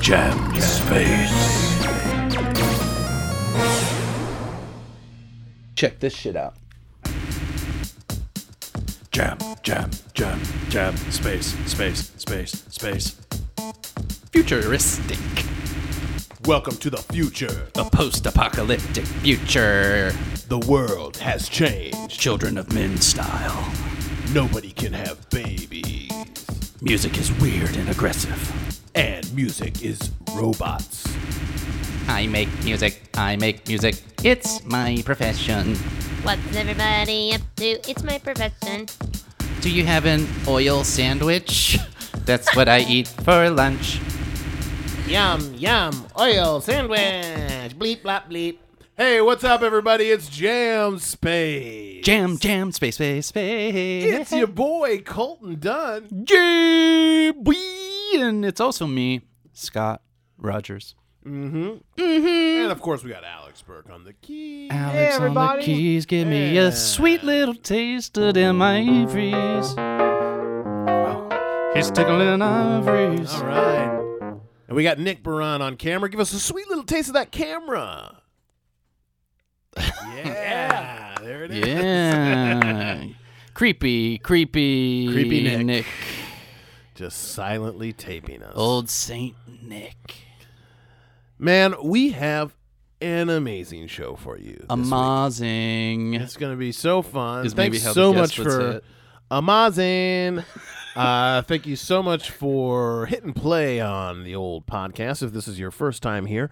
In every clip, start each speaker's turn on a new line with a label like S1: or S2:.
S1: Jam Space.
S2: Check this shit out.
S1: Jam, jam, jam, jam, space, space, space, space.
S3: Futuristic.
S4: Welcome to the future.
S3: A post apocalyptic future.
S4: The world has changed.
S3: Children of Men style.
S4: Nobody can have babies.
S3: Music is weird and aggressive.
S4: And music is robots.
S3: I make music. I make music. It's my profession.
S5: What's everybody up to? It's my profession.
S3: Do you have an oil sandwich? That's what I eat for lunch.
S6: Yum, yum, oil sandwich. Bleep, blop, bleep.
S4: Hey, what's up, everybody? It's Jam Space.
S3: Jam, jam, space, space, space.
S4: It's your boy, Colton Dunn.
S3: J-B. And it's also me, Scott Rogers.
S4: And of course, we got Alex Burke on the key.
S3: Alex on the keys, give me a sweet little taste of them ivories. He's tickling ivories.
S4: All right. And we got Nick Baran on camera. Give us a sweet little taste of that camera. Yeah, there it is.
S3: Yeah. creepy, creepy.
S4: Creepy Nick.
S3: Nick.
S4: Just silently taping us.
S3: Old Saint Nick.
S4: Man, we have an amazing show for you. this
S3: Amazing.
S4: It's going to be so fun.
S3: Is maybe
S4: Thanks
S3: how the
S4: so much
S3: guest would say
S4: for
S3: it.
S4: Amazing. uh, thank you so much for hitting play on the old podcast. If this is your first time here,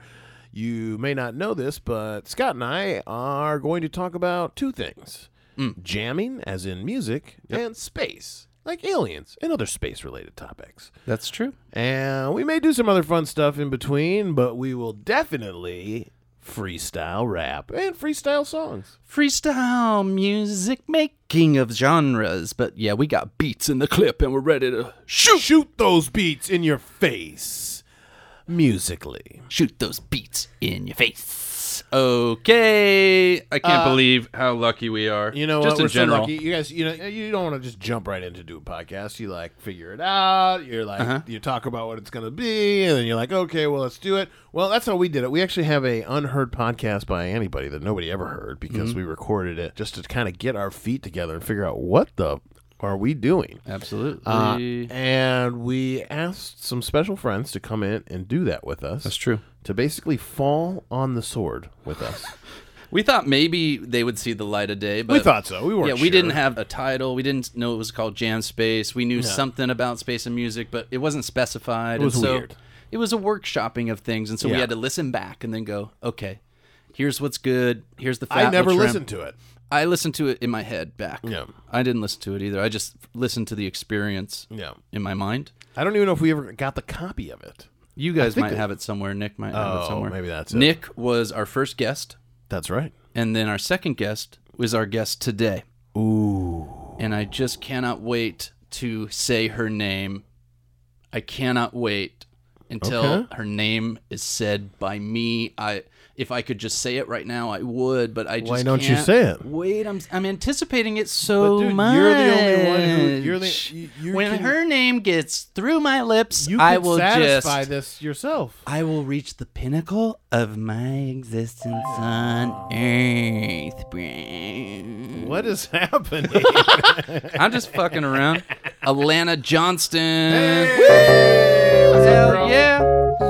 S4: you may not know this, but Scott and I are going to talk about two things
S3: Mm.
S4: jamming, as in music, and space, like aliens and other space related topics.
S3: That's true.
S4: And we may do some other fun stuff in between, but we will definitely freestyle rap and freestyle songs.
S3: Freestyle music making of genres. But yeah, we got beats in the clip and we're ready to
S4: Shoot! Shoot those beats in your face. Musically.
S3: shoot those beats in your face. Okay. Uh, I can't believe how lucky we are.
S4: You know
S3: Just
S4: what?
S3: in
S4: We're
S3: general.
S4: so lucky. You guys, you know, you don't want to just jump right into do a podcast. You like figure it out. You're like
S3: Uh-huh.
S4: you talk about what it's going to be, and then you're like, okay, well, let's do it. Well, that's how we did it. We actually have a unheard podcast by anybody that nobody ever heard because
S3: Mm-hmm.
S4: we recorded it just to kind of get our feet together and figure out what the are we doing.
S3: Absolutely.
S4: Uh, and we asked some special friends to come in and do that with us.
S3: That's true.
S4: To basically fall on the sword with us.
S3: We thought maybe they would see the light of day, but
S4: we thought so. We weren't.
S3: yeah, we
S4: sure.
S3: didn't have a title. We didn't know it was called Jam Space. We knew something about space and music, but it wasn't specified. It
S4: was
S3: and so
S4: weird.
S3: It was a workshopping of things, and so we
S4: Yeah.
S3: had to listen back and then go, okay, here's what's good. Here's the. Fat
S4: I never
S3: what's ram-
S4: listened to it.
S3: I listened to it in my head back.
S4: Yeah.
S3: I didn't listen to it either. I just listened to the experience
S4: Yeah.
S3: in my mind.
S4: I don't even know if we ever got the copy of it.
S3: You guys
S4: think
S3: might
S4: it-
S3: have it somewhere. Nick might have
S4: Oh,
S3: it somewhere.
S4: maybe that's it.
S3: Nick was our first guest.
S4: That's right.
S3: And then our second guest was our guest today. Ooh. And I just cannot wait to say her name. I cannot wait until
S4: Okay.
S3: her name is said by me. I if I could just say it right now, I would, but I just
S4: Why don't you
S3: can't
S4: say it?
S3: Wait, I'm I'm anticipating it so
S4: But dude,
S3: much.
S4: you're the only one who- you're the- you- you
S3: when
S4: can-
S3: her name gets through my lips,
S4: You
S3: I
S4: could
S3: will
S4: satisfy
S3: just
S4: this yourself.
S3: I will reach the pinnacle of my existence on earth, bro.
S4: What is happening?
S3: I'm just fucking around. Alana Johnston. Hell yeah.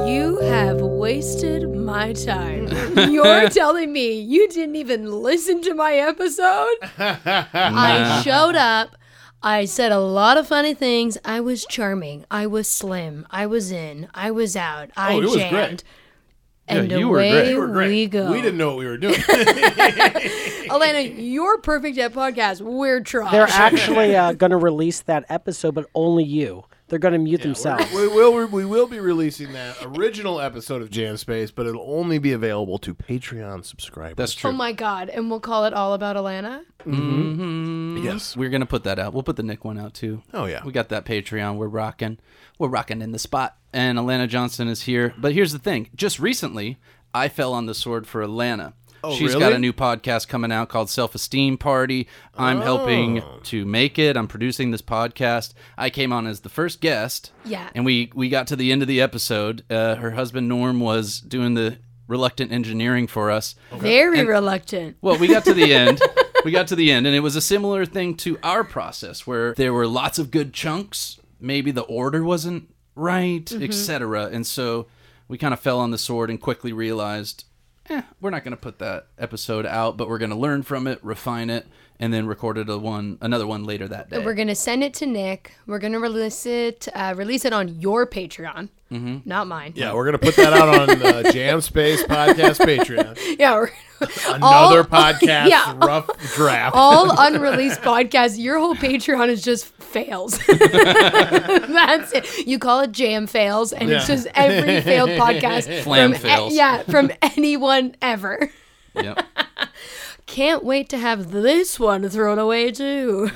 S7: You have wasted my time. You're telling me you didn't even listen to my episode? I showed up. I said a lot of funny things. I was charming. I was slim. I was in. I was out.
S3: Oh,
S7: I
S4: it was great.
S7: jammed. And
S3: Yeah, you were
S7: away
S3: great.
S7: we
S3: You
S7: go.
S4: We didn't know what we were doing.
S7: Elena, you're perfect at podcasts. We're trying.
S8: They're actually uh, going to release that episode, but only you. They're going to mute themselves.
S4: we will we will be releasing that original episode of Jam Space, but it'll only be available to Patreon subscribers.
S3: That's
S7: oh
S3: true.
S7: my god! And we'll call it all about Elena.
S3: Mm-hmm.
S4: yes.
S3: We're going to put that out. We'll put the Nick one out too.
S4: Oh, yeah.
S3: We got that Patreon. We're rocking. We're rocking in the spot. And Alana Johnston is here. But here's the thing just recently, I fell on the sword for Alana. She's got
S4: Oh, really?
S3: a new podcast coming out called Self Esteem Party. I'm
S4: Oh.
S3: helping to make it. I'm producing this podcast. I came on as the first guest.
S9: Yeah.
S3: And we we got to the end of the episode. Uh, her husband Norm was doing the reluctant engineering for us.
S9: Very reluctant.
S3: Well, we got to the end. we got to the end, and it was a similar thing to our process where there were lots of good chunks. Maybe the order wasn't right, etc. And so we kind of fell on the sword and quickly realized, eh, we're not going to put that episode out, but we're going to learn from it, refine it, and then recorded a one another one later that day.
S9: We're gonna send it to Nick. We're gonna release it. Uh, release it on your Patreon, not mine.
S4: Yeah, we're gonna put that out on the Jam Space Podcast Patreon.
S9: Yeah, we're-
S4: Another
S9: All-
S4: podcast
S9: yeah.
S4: rough draft.
S9: all unreleased podcasts. Your whole Patreon is just fails. That's it. You call it jam fails, and it's
S4: Yeah.
S9: just every failed podcast.
S3: Flam
S9: from a-
S3: fails.
S9: yeah, from anyone ever.
S3: Yep.
S9: Can't wait to have this one thrown away too.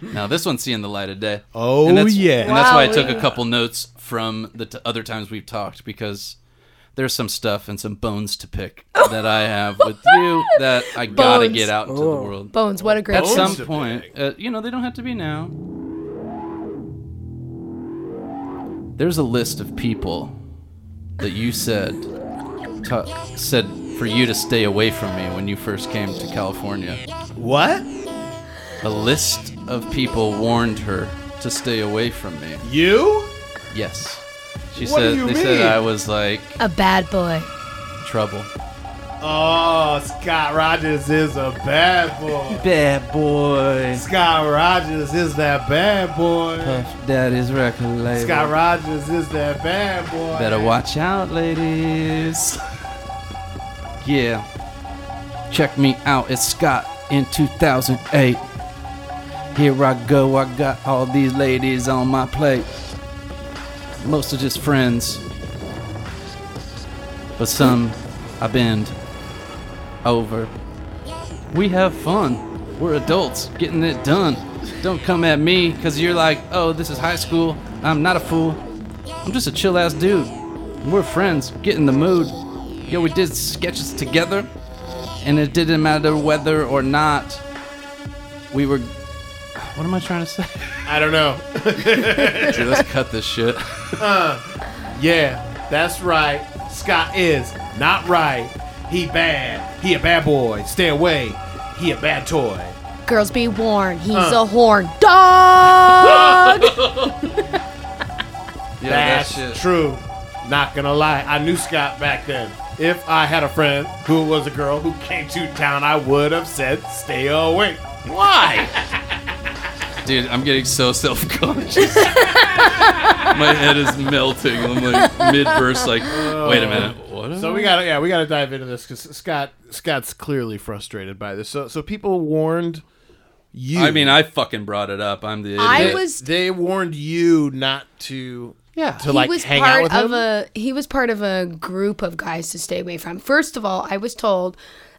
S3: Now this one's seeing the light of day.
S4: Oh,
S3: and that's,
S4: yeah.
S3: and that's why I took
S9: Wowee.
S3: a couple notes from the t- other times we've talked because there's some stuff and some bones to pick that I have with you that I gotta
S9: Bones.
S3: get out into the world.
S9: Bones, what a great
S3: At
S9: song.
S3: some
S4: Oh. to
S3: point, uh, you know, they don't have to be now. There's a list of people that you said ta- said for you to stay away from me when you first came to California.
S4: what?
S3: A list of people warned her to stay away from me.
S4: You?
S3: Yes. She
S4: What do
S3: said
S4: you
S3: they said
S4: mean?
S3: I was like
S9: A bad boy.
S3: trouble.
S4: Oh, Scott Rogers is a bad boy.
S3: Bad boy.
S4: Scott Rogers is that bad boy.
S3: Daddy's record label.
S4: Scott Rogers is that bad boy.
S3: Better watch out, ladies. yeah. Check me out, it's Scott in 2008. Here I go, I got all these ladies on my plate. Most are just friends. But some I bend over. We have fun. We're adults getting it done. Don't come at me because you're like, oh, this is high school. I'm not a fool. I'm just a chill ass dude. We're friends. Get in the mood. Yo, we did sketches together, and it didn't matter whether or not we were. What am I trying to say?
S4: I don't know.
S3: Dude, let's cut this shit.
S4: Yeah, that's right. Scott is not right. He bad. He a bad boy. Stay away. He a bad toy.
S9: Girls be warned, he's a horn dog.
S3: Yeah,
S4: that's true. Not gonna lie, I knew Scott back then. If I had a friend who was a girl who came to town, I would have said, "Stay away." Why?
S3: Dude, I'm getting so self conscious. My head is melting. I'm like mid verse, like, wait a minute. What?
S4: So we gotta, yeah, we gotta dive into this because Scott, Scott's clearly frustrated by this. So, so people warned you.
S3: I mean, I fucking brought it up. I'm the idiot.
S9: I
S4: they,
S9: was-
S4: they warned you not to,
S3: Yeah.
S4: to like
S9: he was
S4: hang
S9: part
S4: out with
S9: of
S4: him.
S9: a he was part of a group of guys to stay away from. First of all, I was told,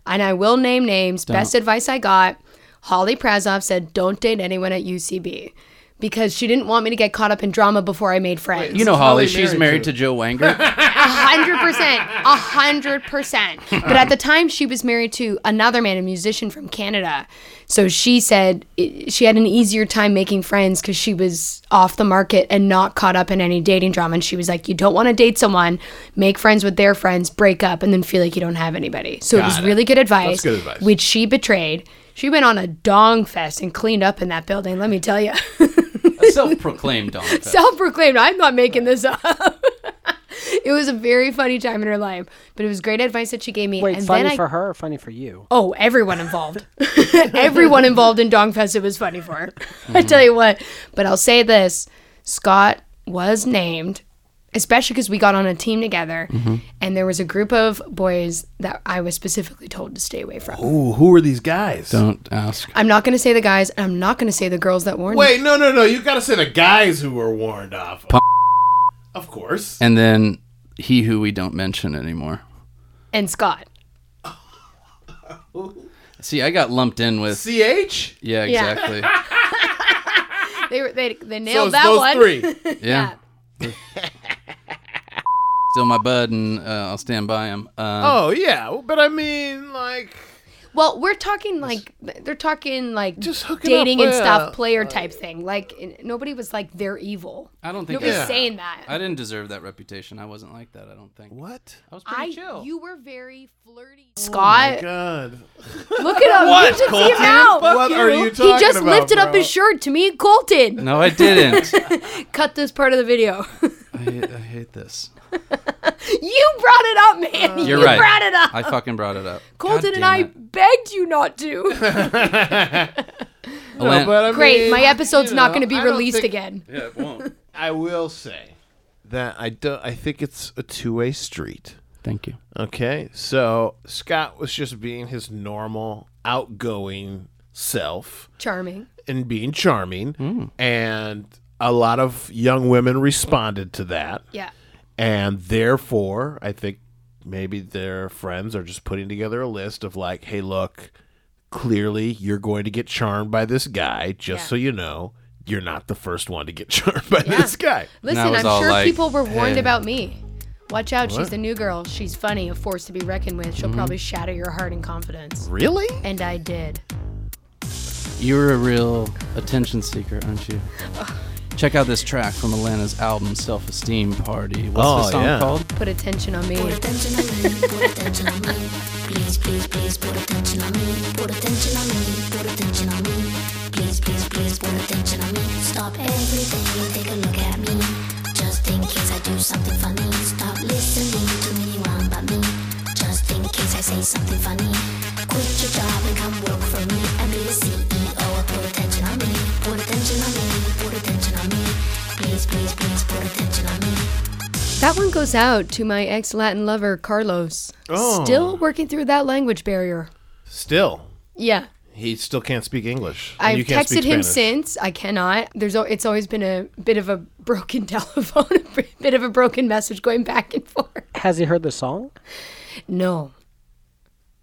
S9: and I will name names. Best advice I got: Holly Prazov said, "Don't date anyone at UCB." Because she didn't want me to get caught up in drama before I made friends.
S3: you know, Holly,
S4: Holly
S3: she's
S4: married
S3: married
S4: to-
S3: to Joe Wanger.
S9: A hundred percent, a hundred percent. But at the time, she was married to another man, a musician from Canada. So she said i she had an easier time making friends because she was off the market and not caught up in any dating drama. And she was like, "You don't want to date someone, make friends with their friends, break up, and then feel like you don't have anybody." So it was really good advice,
S4: good advice.
S9: which she betrayed. She went on a dong fest and cleaned up in that building. Let me tell you.
S3: Self proclaimed Don. Fest.
S9: self-proclaimed. I'm not making this up. it was a very funny time in her life, but it was great advice that she gave me.
S8: Wait,
S9: and
S8: funny
S9: then I,
S8: for her or funny for you?
S9: oh, everyone involved, everyone involved in Dongfest, it was funny for her. I tell you what, but I'll say this: Scott was named. Especially because we got on a team together,
S4: Mm-hmm.
S9: and there was a group of boys that I was specifically told to stay away from.
S4: Ooh, who are these guys?
S3: Don't ask.
S9: I'm not going to say the guys, and I'm not going to say the girls that warned. me.
S4: Wait, no, no, no. You gotta say the guys who were warned off. Of course.
S3: And then he who we don't mention anymore.
S9: and Scott.
S3: See, I got lumped in with.
S4: CH?
S3: Yeah,
S9: Yeah.
S3: exactly.
S9: They were they, they
S4: So
S9: nailed
S4: it's
S9: that
S4: those
S9: one.
S4: three.
S3: Yeah. still my bud, and uh, I'll stand by him. Uh,
S4: Oh yeah, well, but I mean, like,
S9: Well, we're talking like they're talking like
S4: Just hook it up,
S9: dating and
S4: yeah.
S9: stuff, player type thing. Like n- nobody was like they're evil.
S3: I don't think
S9: Nobody's
S3: I,
S9: saying that.
S3: I didn't deserve that reputation. I wasn't like that. I don't think.
S4: what?
S3: I was pretty
S9: I
S3: chill.
S9: you were very flirty.
S4: Oh My
S9: Scott,
S4: God,
S9: look at him.
S4: What,
S9: you should see
S4: Colton?
S9: him now.
S4: Fuck What you. are you
S9: He just
S4: talking about,
S9: lifted up
S4: bro?
S9: his shirt to me and Colton.
S3: no, I didn't.
S9: Cut this part of the video.
S3: I, hate, I hate this.
S9: you brought it up,
S4: Uh,
S9: man.
S3: You're
S9: you
S3: right.
S9: brought it up.
S3: I fucking brought it up.
S9: Oh. Colton
S3: God
S9: and
S3: damn
S9: I
S3: it.
S9: begged you not to.
S3: Ellen-
S4: but I
S9: Great,
S4: mean,
S9: my episode's
S4: you
S9: not
S4: know,
S9: going to be
S4: I don't
S9: released
S4: think-
S9: again.
S3: yeah, it won't.
S4: I will say that I do. I think it's a two-way street.
S3: Thank you.
S4: Okay, so Scott was just being his normal, outgoing self
S9: Charming.
S4: and being charming,
S9: Mm.
S4: and a lot of young women responded to that.
S9: Yeah.
S4: And therefore, I think maybe their friends are just putting together a list of like, hey, look, clearly you're going to get charmed by this guy, just
S9: Yeah.
S4: so you know. You're not the first one to get charmed by this guy.
S3: I
S9: Listen,
S3: was
S9: I'm
S3: all
S9: sure
S3: like,
S9: people were warned
S4: "Hey."
S9: about me. Watch out, she's the new girl. She's funny, a force to be reckoned with.
S4: Mm-hmm.
S9: She'll probably shatter your heart and confidence.
S4: Really?
S9: And I did.
S3: You're a real attention seeker, aren't you? Check out this track from Alana's album Self Esteem Party. What's
S4: Oh,
S3: the song
S4: yeah.
S3: called?
S9: Put attention on me.
S2: Put attention on me, put attention on me. Please, please, please, put attention on me, put attention on me, put attention on me. Please, please, please, put attention on me. Stop everything and take a look at me. Just in case I do something funny. Stop listening to anyone but me. Just in case I say something funny. Quit your job and come work for me. And be the CEO. Put attention on me, put attention on me, put attention on me. Please, please, please, put attention on me.
S9: That one goes out to my ex Latin lover, Carlos.
S4: Oh.
S9: Still working through that language barrier.
S4: Still,
S9: Yeah.
S4: he still can't speak English. and you
S9: I've
S4: can't speak
S9: texted him
S4: Spanish.
S9: since. I cannot. There's al- it's always been a bit of a broken telephone, a br- bit of a broken message going back and forth.
S8: Has he heard the song?
S9: No.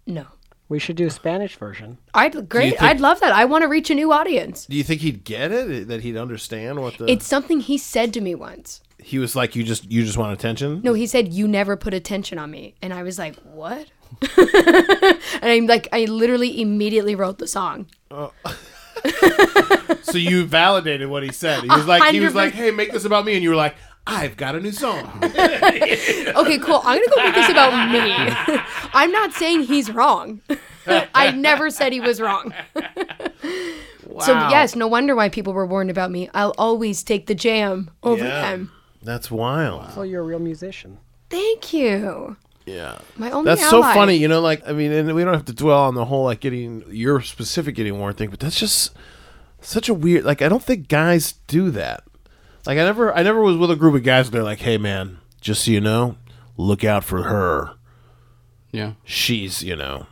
S9: No.
S8: We should do a Spanish version.
S9: I'd great.
S4: think-
S9: I'd love that. I want to reach a new audience.
S4: Do you think he'd get it? That he'd understand what the
S9: It's something he said to me once.
S4: he was like? You just you just want attention?
S9: No, he said you never put attention on me, and I was like, "What?" and I'm like, I literally immediately wrote the song.
S4: So you validated what he said. He was like he was like,
S9: 100%.
S4: hey, make this about me, and you were like, I've got a new song.
S9: Okay, cool. I'm gonna go make this about me. I'm not saying he's wrong. I never said he was wrong. So yes, no wonder why people were warned about me. I'll always take the jam over
S4: Yeah.
S9: them.
S4: That's wild.
S8: Oh, you're a real musician.
S9: Thank you.
S4: Yeah.
S9: My only
S4: That's so
S9: ally.
S4: funny, you know, like I mean, and we don't have to dwell on the whole like getting your specific getting worn thing, but that's just such a weird like I don't think guys do that. Like I never I never was with a group of guys and they're like, Hey man, just so you know, look out for her.
S3: Yeah.
S4: She's, you know,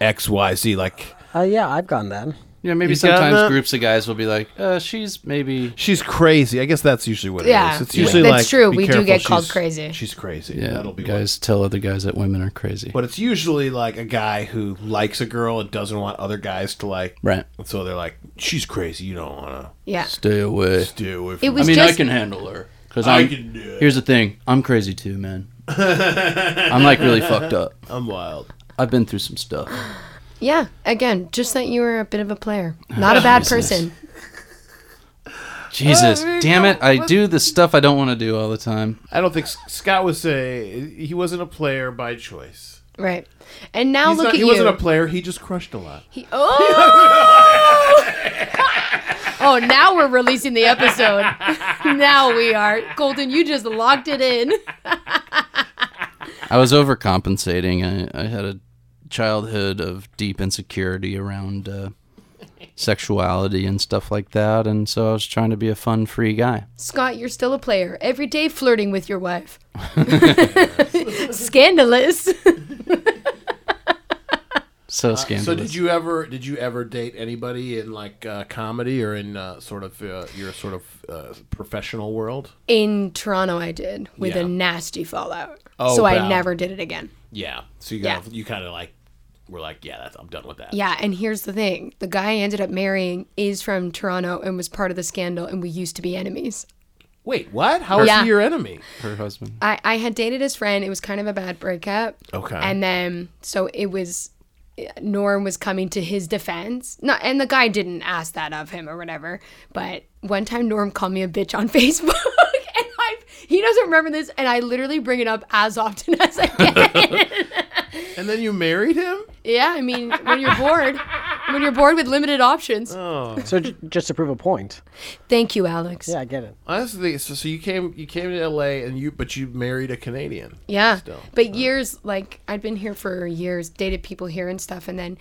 S4: XYZ like
S8: Uh, yeah, I've gone then.
S3: Yeah, maybe
S4: You got that?
S3: sometimes groups of guys will be like, uh, she's maybe.
S4: she's crazy. I guess that's usually what it
S9: Yeah.
S4: is. It's usually
S9: That's
S4: like
S9: true.
S4: be
S9: We do
S4: careful,
S9: get called
S4: she's-
S9: crazy.
S4: She's crazy.
S3: Yeah,
S4: That'll be
S3: guys tell other guys that women are crazy.
S4: But it's usually like a guy who likes a girl and doesn't want other guys to like.
S3: Right.
S4: And so they're like, she's crazy. You don't want
S9: Yeah.
S3: Stay away.
S4: to do it.
S9: It
S3: I
S9: was
S3: mean,
S9: just
S3: I can handle her. Cause
S4: I
S3: I'm-
S4: can do it.
S3: Here's the thing I'm crazy too, man. I'm like really fucked up.
S4: I'm wild.
S3: I've been through some stuff.
S9: yeah. Again, just that you were a bit of a player, not a bad person.
S3: Jesus. Damn it. I do the stuff I don't want to do all the time.
S4: I don't think S- Scott would say he wasn't a player by choice.
S9: Right. And now
S4: He's
S9: look
S4: not-
S9: at
S4: he
S9: you.
S4: wasn't a player. He just crushed a lot.
S9: He- oh! oh, now we're releasing the episode. now we are. Golden, you just locked it in.
S3: I was overcompensating. I, I had a childhood of deep insecurity around uh, sexuality and stuff like that, and so I was trying to be a fun, free guy.
S9: Scott, you're still a player. Every day flirting with your wife. Scandalous.
S3: So scandalous.
S4: So did you ever did you ever date anybody in like uh, comedy or in uh, sort of uh, your sort of uh, professional world?
S9: In Toronto, I did with
S4: Yeah.
S9: a nasty fallout.
S4: Oh,
S9: so
S4: wow.
S9: I never did it again.
S4: Yeah. So you
S9: Yeah.
S4: got you kind of like were like, yeah, that's, I'm done with that.
S9: Yeah, and here's the thing the guy I ended up marrying is from Toronto and was part of the scandal, and we used to be enemies.
S4: Wait, what? How is
S9: Yeah.
S4: he your enemy?
S3: Her husband.
S9: I, I had dated his friend. It was kind of a bad breakup.
S4: Okay.
S9: And then, so it was, Norm was coming to his defense. No, and the guy didn't ask that of him or whatever. But one time, Norm called me a bitch on Facebook. and I, he doesn't remember this. And I literally bring it up as often as I can.
S4: And then you married him?
S9: yeah, I mean, when you're bored, when you're bored with limited options.
S8: So j- just to prove a point.
S9: Thank you, Alex.
S8: Yeah, I get it.
S4: Honestly, so, so you came you came to L.A. and you but you married a Canadian.
S9: Yeah.
S4: Still.
S9: But years, like, I'd been here for years, dated people here and stuff. And then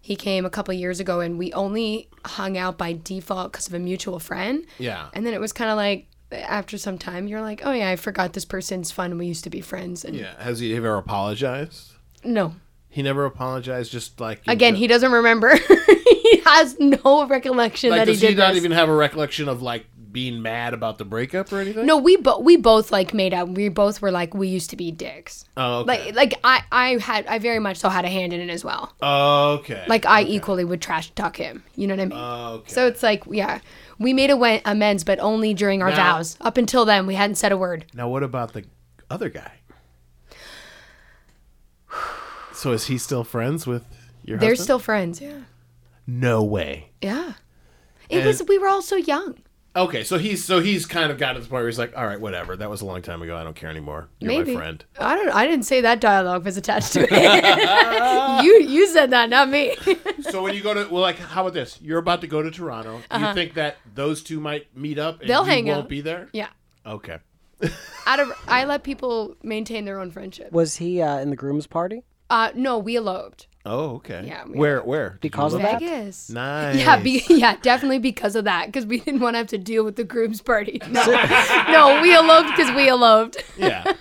S9: he came a couple years ago, and we only hung out by default because of a mutual friend.
S4: Yeah.
S9: And then it was kind of like, after some time, you're like, oh, yeah, I forgot this person's fun. We used to be friends. And
S4: Yeah. Has he ever apologized?
S9: no.
S4: He never apologized. Just like you
S9: Again,
S4: know-
S9: he doesn't remember. he has no recollection
S4: like
S9: that he
S4: does he,
S9: did
S4: not
S9: this.
S4: even have a recollection of like being mad about the breakup or anything?
S9: no, we both we both like made up. We both were like we used to be dicks.
S4: Oh, okay.
S9: Like like I I had I very much so had a hand in it as well.
S4: okay. Ah,
S9: Like I equally would trash talk him. You know what I mean?
S4: okay.
S9: So it's like, yeah, we made a we- amends, but only during our
S4: Now-
S9: vows. Up until then, we hadn't said a word.
S4: now what about the other guy? So is he still friends with your
S9: They're
S4: husband?
S9: still friends. Yeah,
S4: no way.
S9: yeah. It was. We were all so young.
S4: Okay, so he's so he's kind of got to the point where he's like, all right, whatever. That was a long time ago. I don't care anymore. You're
S9: Maybe.
S4: my friend.
S9: I don't. I didn't say that dialogue was attached to it. you you said that, not me.
S4: So when you go to well, like, how about this? You're about to go to Toronto. You think that those two might meet up? And
S9: Uh-huh. They'll
S4: you
S9: hang
S4: won't
S9: out.
S4: be there.
S9: yeah.
S4: Okay.
S9: Out of I let people maintain their own friendship.
S8: Was he uh, in the groom's party?
S9: Uh, no, we eloped.
S4: Oh, okay.
S9: Yeah, we-
S4: where where Did you
S8: Because of
S4: look?
S8: that?
S9: Vegas.
S4: Nice.
S9: Yeah, be, yeah, definitely because of that, because we didn't want to have to deal with the groom's party. No, no we eloped because we eloped.
S4: yeah.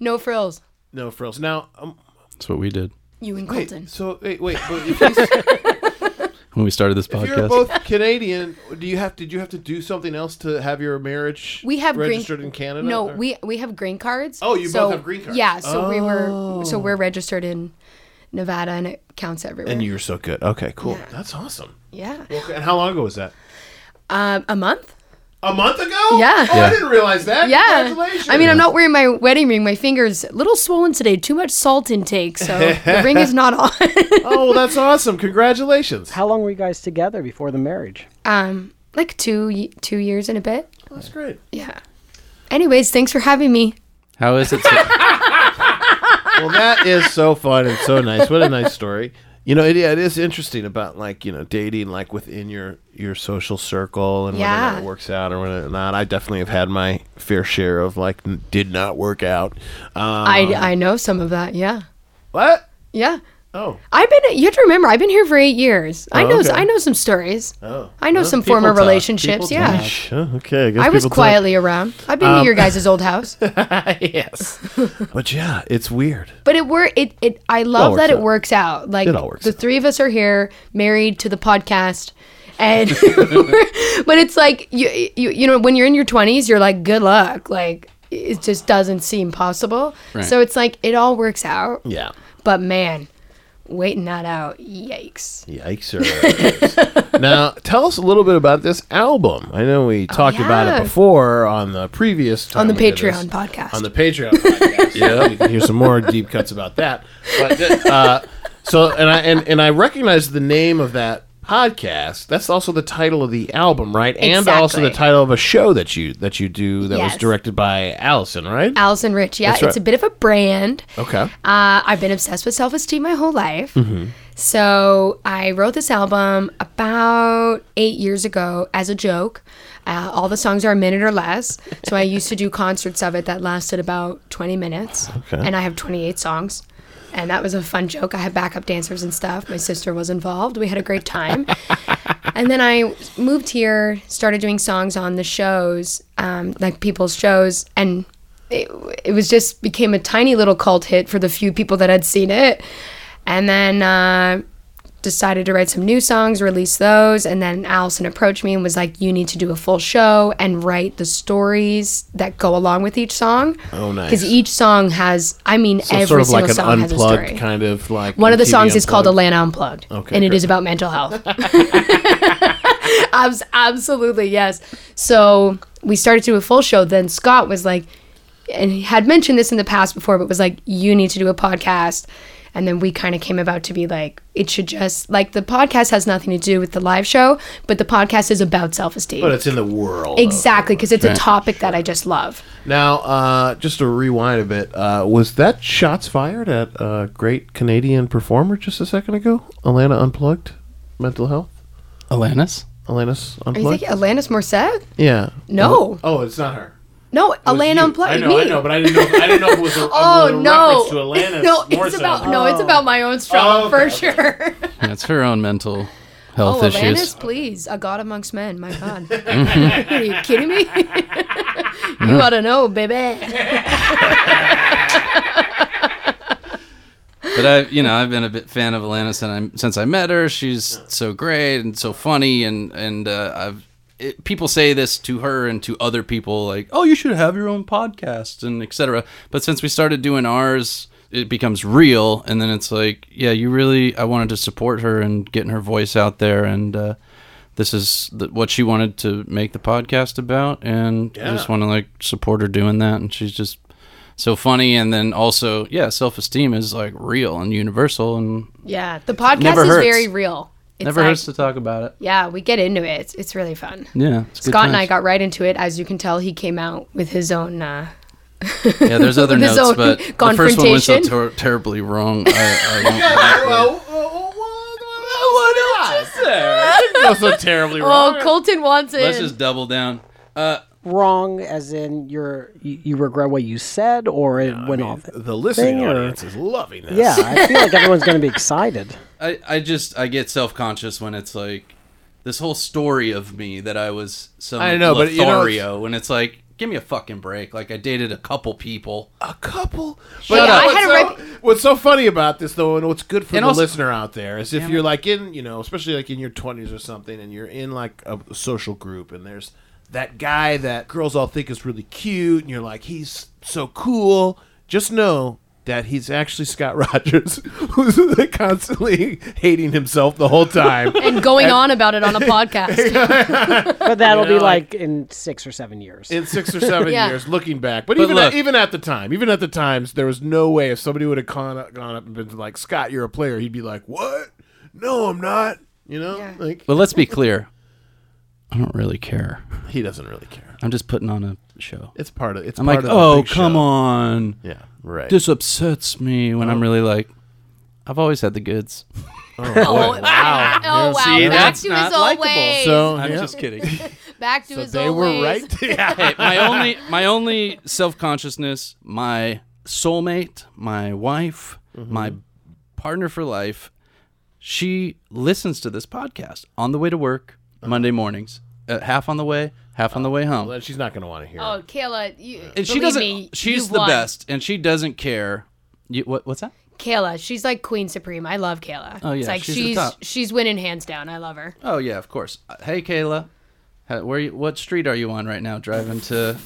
S9: No frills.
S4: No frills. Now, um,
S3: That's what we did
S9: You and
S4: wait.
S9: Colton.
S4: So wait, wait. But if, he's- if
S3: when we started this podcast.
S4: you're both Canadian, do you have? Did you have to do something else to have your marriage?
S9: We have green-
S4: registered in Canada.
S9: No,
S4: or-
S9: we we have green cards.
S4: Oh, you both have green cards. Oh.
S9: Yeah, so we were so we're registered in Nevada and it counts everywhere.
S4: And you were so good. Okay, cool. That's awesome.
S9: yeah,
S4: Okay, and how long ago was that?
S9: um, a month.
S4: A month ago?
S9: Yeah.
S4: Oh, I
S3: Yeah.
S4: didn't realize that.
S9: Yeah,
S4: Congratulations.
S9: I mean, I'm not wearing my wedding ring. My fingers a little swollen today. Too much salt intake, so the ring is not on.
S4: oh, that's awesome. Congratulations.
S8: How long were you guys together before the marriage?
S9: um, like two ye- two years and a bit.
S4: That's great.
S9: Yeah. Anyways, thanks for having me.
S3: How is it? To,
S4: Well, that is so fun and so nice. What a nice story. You know, it, yeah, it is interesting about like you know dating like within your your social circle and whether or
S9: Yeah.
S4: not it works out or whether or not. I definitely have had my fair share of like n- did not work out. Um,
S9: I I know some of that. Yeah.
S4: what?
S9: Yeah.
S4: Oh,
S9: I've been. You have to remember, I've been here for eight years. I
S4: Oh,
S9: know.
S4: okay.
S9: I know some stories.
S4: oh.
S9: I know
S4: Well,
S9: some
S4: people
S9: former
S4: talk.
S9: relationships.
S4: People
S9: yeah.
S4: talk. Oh, Okay. I, guess
S9: I was
S4: people talk. Um,
S9: quietly around. I've been to your guys' old house,
S4: yes. but yeah, it's weird.
S9: but it were it it. I love
S4: all
S9: that
S4: works
S9: it
S4: out.
S9: works out. Like
S4: It all works
S9: the
S4: out.
S9: three of us are here, married to the podcast, and we're- but it's like you you you know when you're in your twenties, you're like good luck. Like it just doesn't seem possible.
S3: Right.
S9: So it's like it all works out.
S4: Yeah.
S9: But man, waiting that out, yikes.
S4: Yikes! now, tell us a little bit about this album. I know we talked about
S9: Oh, yeah.
S4: it before on the previous time
S9: On the
S4: we did
S9: Patreon
S4: this.
S9: podcast.
S4: On the Patreon podcast. yeah, you can hear some more deep cuts about that. But th- uh, so, and I and, and I recognize the name of that podcast. That's also the title of the album, right? And also the
S9: Exactly.
S4: title of a show that you that you do that was
S9: Yes.
S4: directed by Allison, right?
S9: Allison Rich, yeah,
S4: That's right.
S9: it's a bit of a brand.
S4: okay. Mm-hmm.
S9: Uh, I've been obsessed with self esteem my whole life. So I wrote this album about eight years ago as a joke. Uh, all the songs are a minute or less. So I used to do concerts of it that lasted about 20 minutes.
S4: Okay.
S9: And I have 28 songs. And that was a fun joke. I had backup dancers and stuff. My sister was involved. We had a great time. and then I moved here, started doing songs on the shows, um, like people's shows, and it, it was just became a tiny little cult hit for the few people that had seen it. And then uh, decided to write some new songs, release those, and then Allison approached me and was like, "You need to do a full show and write the stories that go along with each song."
S4: Oh, nice.
S9: Because each song has, I mean,
S4: So
S9: every
S4: sort of
S9: single
S4: like an
S9: song has a
S4: unplugged
S9: story.
S4: kind of like
S9: One of the
S4: MTV
S9: songs is called
S4: Unplugged.
S9: Atlanta Unplugged,
S4: Okay,
S9: and it
S4: great.
S9: is about mental health. Abs- absolutely, yes. So we started to do a full show, then Scott was like, and he had mentioned this in the past before, but was like, you need to do a podcast. And then we kind of came about to be like, it should just, like, the podcast has nothing to do with the live show, but the podcast is about self esteem.
S4: But it's in the world. of-
S9: Exactly, because it's a topic that I just love.
S4: Now, uh, just to rewind a bit, uh, was that shots fired at a great Canadian performer just a second ago? Alana Unplugged, mental health.
S3: Alanis?
S4: Alanis
S9: Are you
S4: Unplugged.
S9: thinking Alanis Morissette?
S4: yeah.
S9: No.
S4: Oh, it's not her.
S9: No, Alana Unplugged. me.
S4: I didn't know. I didn't know if it was a,
S9: Oh no! no, it's about no, it's about my own
S4: Oh,
S9: struggle for sure.
S3: That's her own mental health
S9: Oh,
S3: issues.
S9: Alanis, please, a god amongst men. My god, are you kidding me? you ought to know, baby.
S3: But I, you know, I've been a bit fan of Alana since I, since I met her. She's so great and so funny, and and uh, I've it, people say this to her and to other people, like, "Oh, you should have your own podcast," and etc. But since we started doing ours, it becomes real, and then it's like, yeah, you really, I wanted to support her and getting her voice out there, and uh, this is the, what she wanted to make the podcast about, and I just want to like support her doing that, and she's just so funny and then also yeah self-esteem is like real and universal and
S9: Yeah, the podcast
S3: never
S9: is
S3: hurts.
S9: very real. It's
S3: never
S9: like,
S3: hurts to talk about it
S9: Yeah, we get into it. It's, it's really fun.
S3: yeah it's good
S9: Scott and I
S3: times.
S9: got right into it. As you can tell, he came out with his own. Uh,
S3: yeah there's other
S9: with his
S3: notes
S9: own
S3: but the first one went so
S9: confrontation.
S3: ter- terribly wrong I, I won't-
S4: so terribly
S9: oh, Colton wants it.
S3: let's just double down uh
S8: Wrong, as in you're you, you regret what you said, or it went off.
S4: The listening
S8: Thing or-
S4: audience is loving this.
S8: Yeah, I feel like everyone's going to be excited.
S3: I, I just I get self conscious when it's like this whole story of me that I was some
S4: I know, but, you know,
S3: Lothario, and it's like give me a fucking break like I dated a couple people
S4: a couple.
S3: Shut up.
S4: what's,
S9: I had a
S4: so, what's so funny about this though, and what's good for
S3: And
S4: the
S3: also-
S4: listener out there is if you're like in, you know, especially like in your twenties or something, and you're in like a social group, and there's that guy that girls all think is really cute, and you're like, he's so cool. Just know. That he's actually Scott Rogers, who's constantly hating himself the whole time.
S9: and going on about it on a podcast.
S8: But that'll
S4: know,
S8: be
S4: like-
S8: like, in six or seven years.
S4: in six or seven
S9: Yeah.
S4: years, looking back. But,
S3: But
S4: even
S3: look-
S4: at, even at the time, even at the times, there was no way if somebody would have gone up, gone up and been like, "Scott, you're a player," he'd be like, "What? No, I'm not." You know, like
S3: but let's be clear I don't really care
S4: he doesn't really care.
S3: I'm just putting on a show
S4: It's part of it's.
S3: I'm like
S4: part of the
S3: oh
S4: big
S3: come
S4: show."
S3: on
S4: Yeah, right.
S3: this upsets me when I'm really like, I've always had the goods.
S9: Oh, wow. Oh, wow.
S3: See,
S9: Back
S3: that's
S9: to
S3: not
S9: his old
S3: likable.
S9: ways.
S4: so
S3: I'm
S4: yeah.
S3: just kidding.
S9: Back to
S4: So
S9: his
S4: they
S9: old
S4: were
S9: ways.
S4: right. yeah.
S3: hey, my only my only self consciousness, my soulmate, my wife, my partner for life, she listens to this podcast on the way to work Monday mornings, uh, half on the way, half on the way home.
S4: Well, she's not going to want to hear.
S9: Oh, Kayla, you,
S3: and she
S9: Oh, believe
S3: doesn't.
S9: Me,
S3: she's
S9: you
S3: the
S9: won.
S3: best, and she doesn't care. You, what, what's that?
S9: Kayla, she's like queen supreme. I love Kayla.
S3: Oh, yeah,
S9: it's like
S3: she's
S9: she's
S3: the
S9: she's,
S3: top.
S9: winning hands down. I love her.
S3: Oh yeah, of course. Uh, Hey Kayla, How, where? You, what street are you on right now? Driving to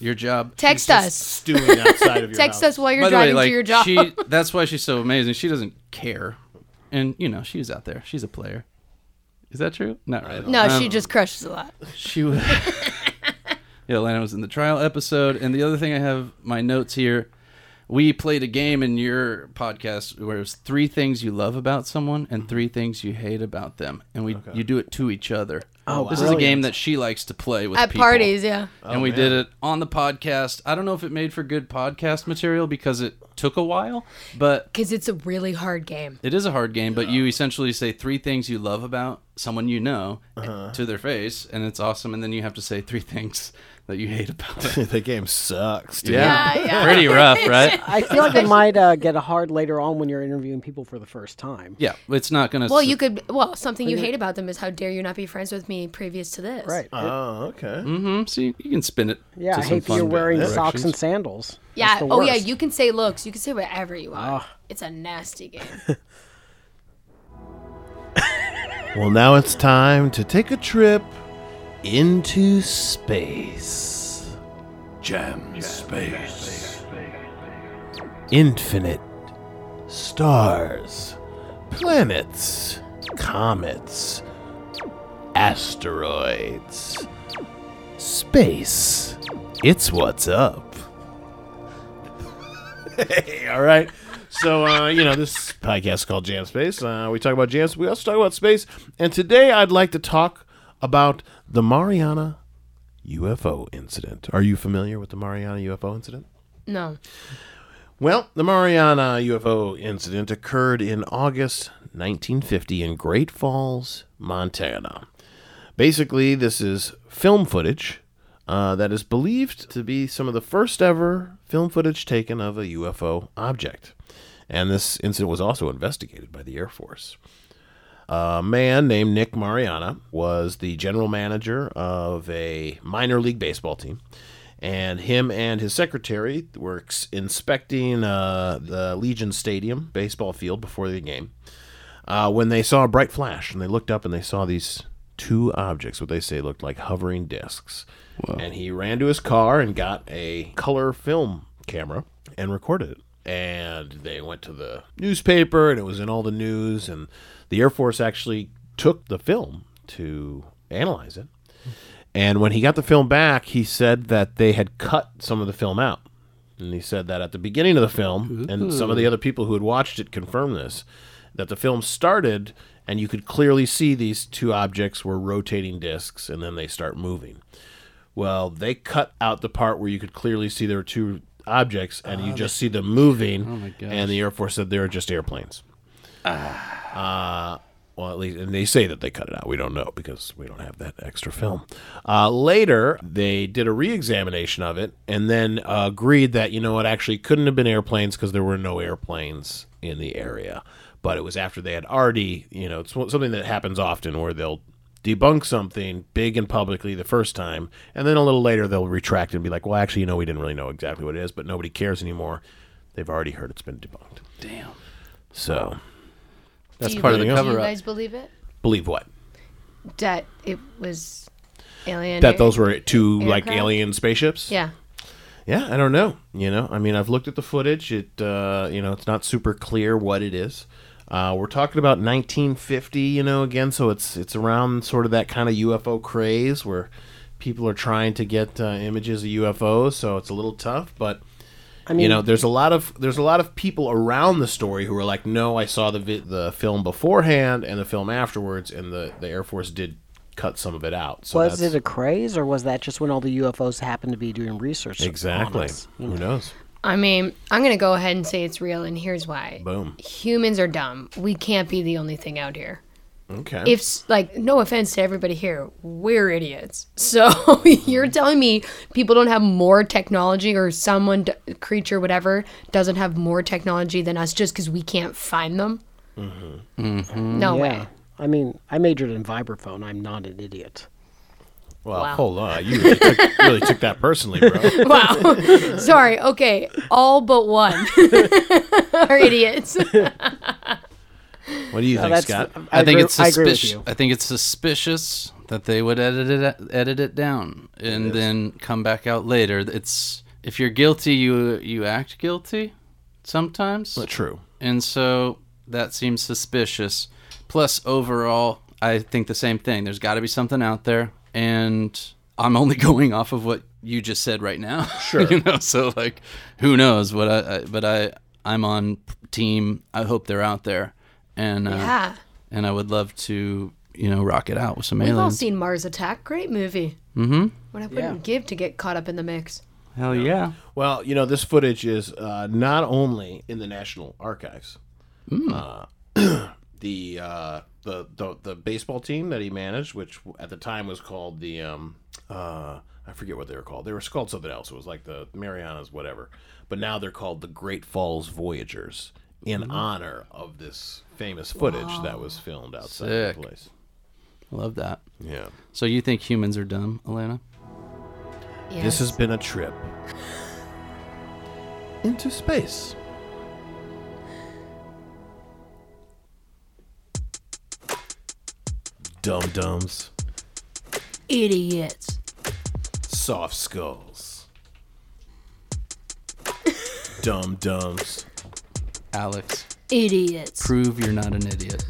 S3: your job.
S9: Text
S4: it.
S9: us.
S4: Stewing outside of your
S9: Text
S4: house.
S9: us while you're
S3: By the
S9: driving
S3: way,
S9: to
S3: like
S9: your job.
S3: she, that's why she's so amazing. She doesn't care, and you know she's out there. She's a player. Is that true? Not really. Um,
S9: no, she just crushes a lot.
S3: She was. yeah, Lana was in the trial episode. And the other thing I have my notes here. We played a game in your podcast where it was three things you love about someone and three things you hate about them, and we you do it to each other. Oh, this is a game that she likes to play with
S9: At
S3: people.
S9: parties, yeah.
S3: and we did it on the podcast. I don't know if it made for good podcast material because it took a while, but
S9: Because it's a really hard game.
S3: it is a hard game, but you essentially say three things you love about someone you know
S8: Uh-huh.
S3: to their face, and it's awesome. And then you have to say three things that you hate about them.
S4: The game sucks. Dude.
S3: Yeah. Pretty rough, right?
S8: I feel like it might uh, get hard later on when you're interviewing people for the first time.
S3: Yeah, it's not going to.
S9: Well, you could. Well, something you hate about them is how dare you not be friends with me previous to this.
S8: Right.
S4: Oh, okay.
S3: hmm see, you can spin it.
S8: yeah,
S3: to
S8: I
S3: some
S8: hate that
S3: fun
S8: you're wearing socks
S3: directions.
S8: and sandals.
S9: Yeah.
S8: That's the
S9: Oh, yeah.
S8: worst.
S9: You can say looks. You can say whatever you want.
S3: Ah.
S9: It's a nasty game.
S4: Well, now it's time to take a trip into space.
S1: Jam space.
S4: infinite stars, planets, comets, asteroids, Space. It's what's up. hey, all right. So, uh, you know, this podcast is called Jam Space. Uh, we talk about jams. We also talk about space. And today I'd like to talk about the Mariana UFO incident. Are you familiar with the Mariana UFO incident?
S9: No.
S4: Well, the Mariana UFO incident occurred in August 1950 in Great Falls, Montana. Basically, this is film footage uh, that is believed to be some of the first ever film footage taken of a UFO object. And this incident was also investigated by the Air Force. A man named Nick Mariana was the general manager of a minor league baseball team. And him and his secretary were ex- inspecting uh, the Legion Stadium baseball field before the game uh, when they saw a bright flash and they looked up and they saw these two objects, what they say looked like hovering discs. And he ran to his car and got a color film camera and recorded it. And they went to the newspaper and it was in all the news. And the Air Force actually took the film to analyze it. And when he got the film back, he said that they had cut some of the film out. And he said that at the beginning of the film, and some of the other people who had watched it confirmed this, that the film started and you could clearly see these two objects were rotating discs and then they start moving. Well, they cut out the part where you could clearly see there were two objects and you just see them moving.
S3: Ah, Oh my gosh.
S4: And the Air Force said they were just airplanes. Well, at least, and they say that they cut it out. We don't know because we don't have that extra film. Uh, later, they did a re-examination of it and then uh, agreed that you know it actually couldn't have been airplanes because there were no airplanes in the area. But it was after they had already, you know, it's one- something that happens often where they'll debunk something big and publicly the first time, and then a little later they'll retract and be like, "Well, actually, you know, we didn't really know exactly what it is, but nobody cares anymore. They've already heard it's been debunked."
S3: Damn.
S4: So
S3: That's part of the
S4: believe-
S9: Do
S3: cover
S9: you
S3: up.
S9: guys believe it?
S4: believe what.
S9: That it was alien.
S4: that those were two like
S9: Aircraft?
S4: alien spaceships.
S9: Yeah.
S4: Yeah, I don't know. You know, I mean, I've looked at the footage. It, uh, you know, it's not super clear what it is. Uh, we're talking about 1950, you know, again, so it's it's around sort of that kind of UFO craze where people are trying to get uh, images of UFOs, so it's a little tough. But
S8: I mean,
S4: you know, there's a lot of there's a lot of people around the story who are like, no, I saw the vi- the film beforehand and the film afterwards, and the the Air Force did cut some of it out. So
S8: was
S4: that's-
S8: it a craze or was that just when all the UFOs happened to be doing research? on
S4: Exactly.
S8: us? Hmm.
S4: Who knows?
S9: I mean, I'm going to go ahead and say it's real, and here's why.
S4: Boom.
S9: Humans are dumb. We can't be the only thing out here.
S4: Okay.
S9: If, s- like, no offense to everybody here, we're idiots. So you're telling me people don't have more technology or someone, d- creature, whatever, doesn't have more technology than us just because we can't find them? Mm-hmm. No
S8: Yeah.
S9: way.
S8: I mean, I majored in vibraphone. I'm not an idiot.
S4: well, hold on. You really took, really took that personally, bro.
S9: Wow. Sorry. Okay. All but one are idiots.
S4: What do you think,
S8: that's-
S4: Scott?
S3: I, think
S8: agree-
S3: it's
S8: I agree with
S3: suspicious.
S8: you.
S3: I, think it's suspicious that they would edit it edit it down and then come back out later. It's if you're guilty, you you act guilty sometimes,
S4: True.
S3: and so that seems suspicious. Plus, overall, I think the same thing. There's got to be something out there, and I'm only going off of what you just said right now. Sure, you know, so like, who knows what I? I but I I'm on team. I hope they're out there, and uh,
S9: yeah.
S3: and I would love to, you know, rock it out with some
S9: We've all
S3: aliens.
S9: seen Mars Attack. Great movie. Mm-hmm. What I wouldn't give to get caught up in the mix.
S3: Hell yeah!
S4: Well, you know, this footage is uh, not only in the National Archives. Uh, the, uh, the the the baseball team that he managed, which at the time was called the um, uh, I forget what they were called. They were called something else. It was like the Marianas, whatever. But now they're called the Great Falls Voyagers in honor of this famous footage that was filmed outside
S3: Sick.
S4: the place.
S3: I love that.
S4: Yeah.
S3: So you think humans are dumb, Alana?
S9: Yeah.
S4: This has been a trip into space. Dum dums,
S9: idiots.
S4: soft skulls. Dum dums.
S3: Alex,
S9: Idiots.
S3: prove you're not an idiot.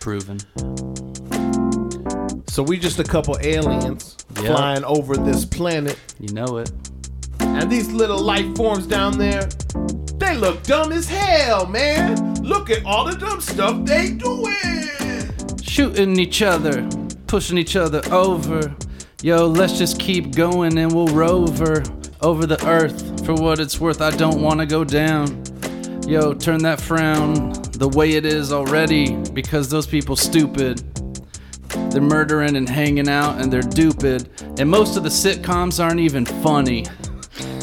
S3: Proven.
S4: So we just a couple aliens
S3: Yeah.
S4: flying over this planet,
S3: You know it.
S4: and these little life forms down there, they look dumb as hell, man. Look at all the dumb stuff they doing.
S3: Shooting each other, pushing each other over. Yo, let's just keep going and we'll rover over the earth. For what it's worth, I don't want to go down. Yo, turn that frown the way it is already because those people stupid. They're murdering and hanging out and they're duped. And most of the sitcoms aren't even funny.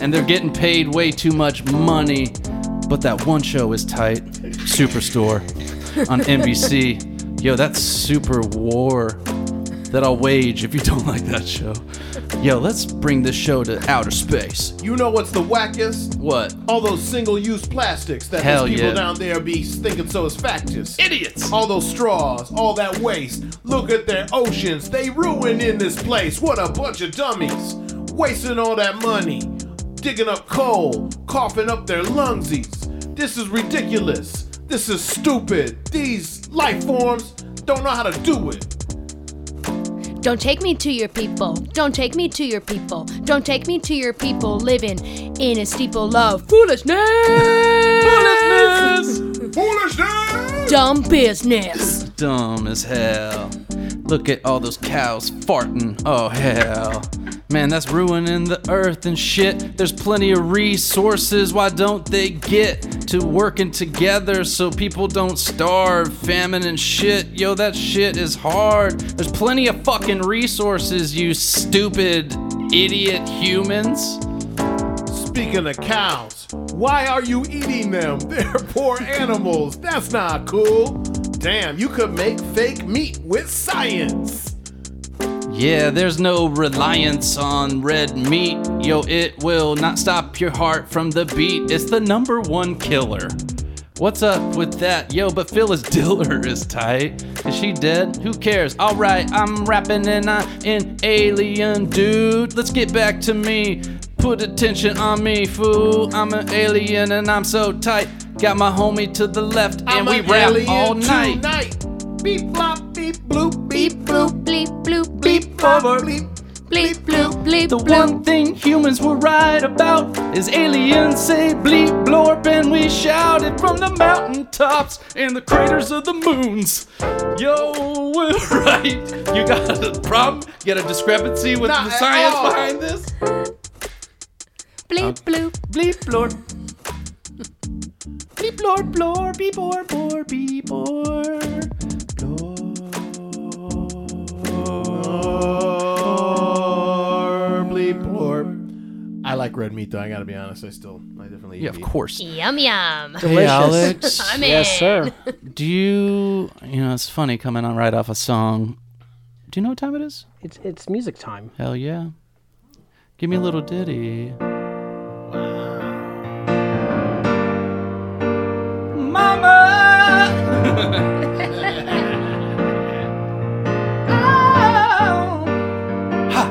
S3: And they're getting paid way too much money. But that one show is tight Superstore on NBC. Yo, that's super war that I'll wage if you don't like that show. Yo, let's bring this show to outer space.
S4: You know what's the wackest?
S3: What?
S4: All those single-use plastics that
S3: Hell
S4: those people
S3: yeah.
S4: down there be thinking so is factious.
S3: Idiots!
S4: All those straws, all that waste. Look at their oceans. They ruin in this place. What a bunch of dummies. Wasting all that money. Digging up coal, coughing up their lungsies. This is ridiculous. This is stupid. These life forms don't know how to do it.
S7: Don't take me to your people. Don't take me to your people. Don't take me to your people living in a steeple of foolishness. Foolishness.
S4: Foolishness!
S7: Dumb business.
S3: dumb as hell. Look at all those cows farting. Oh, hell. Man, that's ruining the earth and shit. There's plenty of resources. Why don't they get to working together so people don't starve, famine, and shit? Yo, that shit is hard. There's plenty of fucking resources, you stupid idiot humans.
S4: Speaking of cows, why are you eating them? They're poor animals. That's not cool. Damn, you could make fake meat with science.
S3: Yeah, there's no reliance on red meat. Yo, it will not stop your heart from the beat. It's the number one killer. What's up with that? Yo, but Phyllis Diller is tight. Is she dead? Who cares? Alright, I'm rapping and I'm an alien dude. Let's get back to me. Put attention on me, fool. I'm an alien and I'm so tight. Got my homie to the left and we
S4: an
S3: rap
S4: alien
S3: all night.
S4: Tonight. Beep flop, beep bloop, beep bloop,
S5: Bleep, bloop,
S4: beep flop, bleep.
S5: bleep, bloop, bleep,
S3: The one thing humans were right about is aliens say bleep blorp and we shout it from the mountaintops and the craters of the moons. Yo, we're right. You got a problem? You got a discrepancy with
S4: Not
S3: the
S4: at
S3: science
S4: all.
S3: behind this?
S5: bleep, bloop.
S3: Bleep blorp. bleep blorp blorp beep blorp blorp beep blorp.
S4: Blorp, bleep, blorp. I like red meat though. I gotta be honest. I still, I definitely eat
S3: Yeah, of
S4: meat.
S3: course.
S5: Yum, yum.
S3: Hey, Alex.
S5: I'm in.
S8: Yes, sir.
S3: Do you, you know, it's funny coming on right off a song. Do you know what time it is?
S8: It's it's music time.
S3: Hell yeah. Give me a little ditty. Mama! Oh. Ha.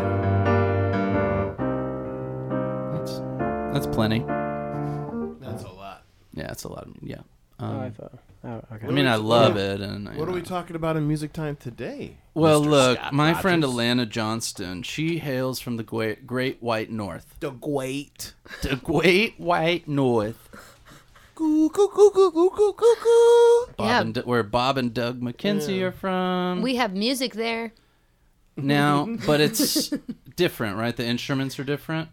S3: That's, that's plenty.
S4: That's a lot.
S3: Yeah, it's a lot. Of, yeah.
S4: Hmm.
S8: Oh, I
S3: Um,
S8: thought. Oh, okay.
S3: I mean, I love it. And you
S4: What are
S3: know.
S4: we talking about in music time today?
S3: Well,
S4: Mr.
S3: look,
S4: Scott
S3: my
S4: Rogers?
S3: friend Alana Johnston, she hails from the great, great White North.
S4: The great.
S3: The Great White North.
S4: Goo, goo, goo, goo, goo, goo, goo, goo.
S3: Bob
S7: Yeah.
S3: and, D- where Bob and Doug McKenzie are from
S7: We have music there.
S3: now, but it's different, right? The instruments are different.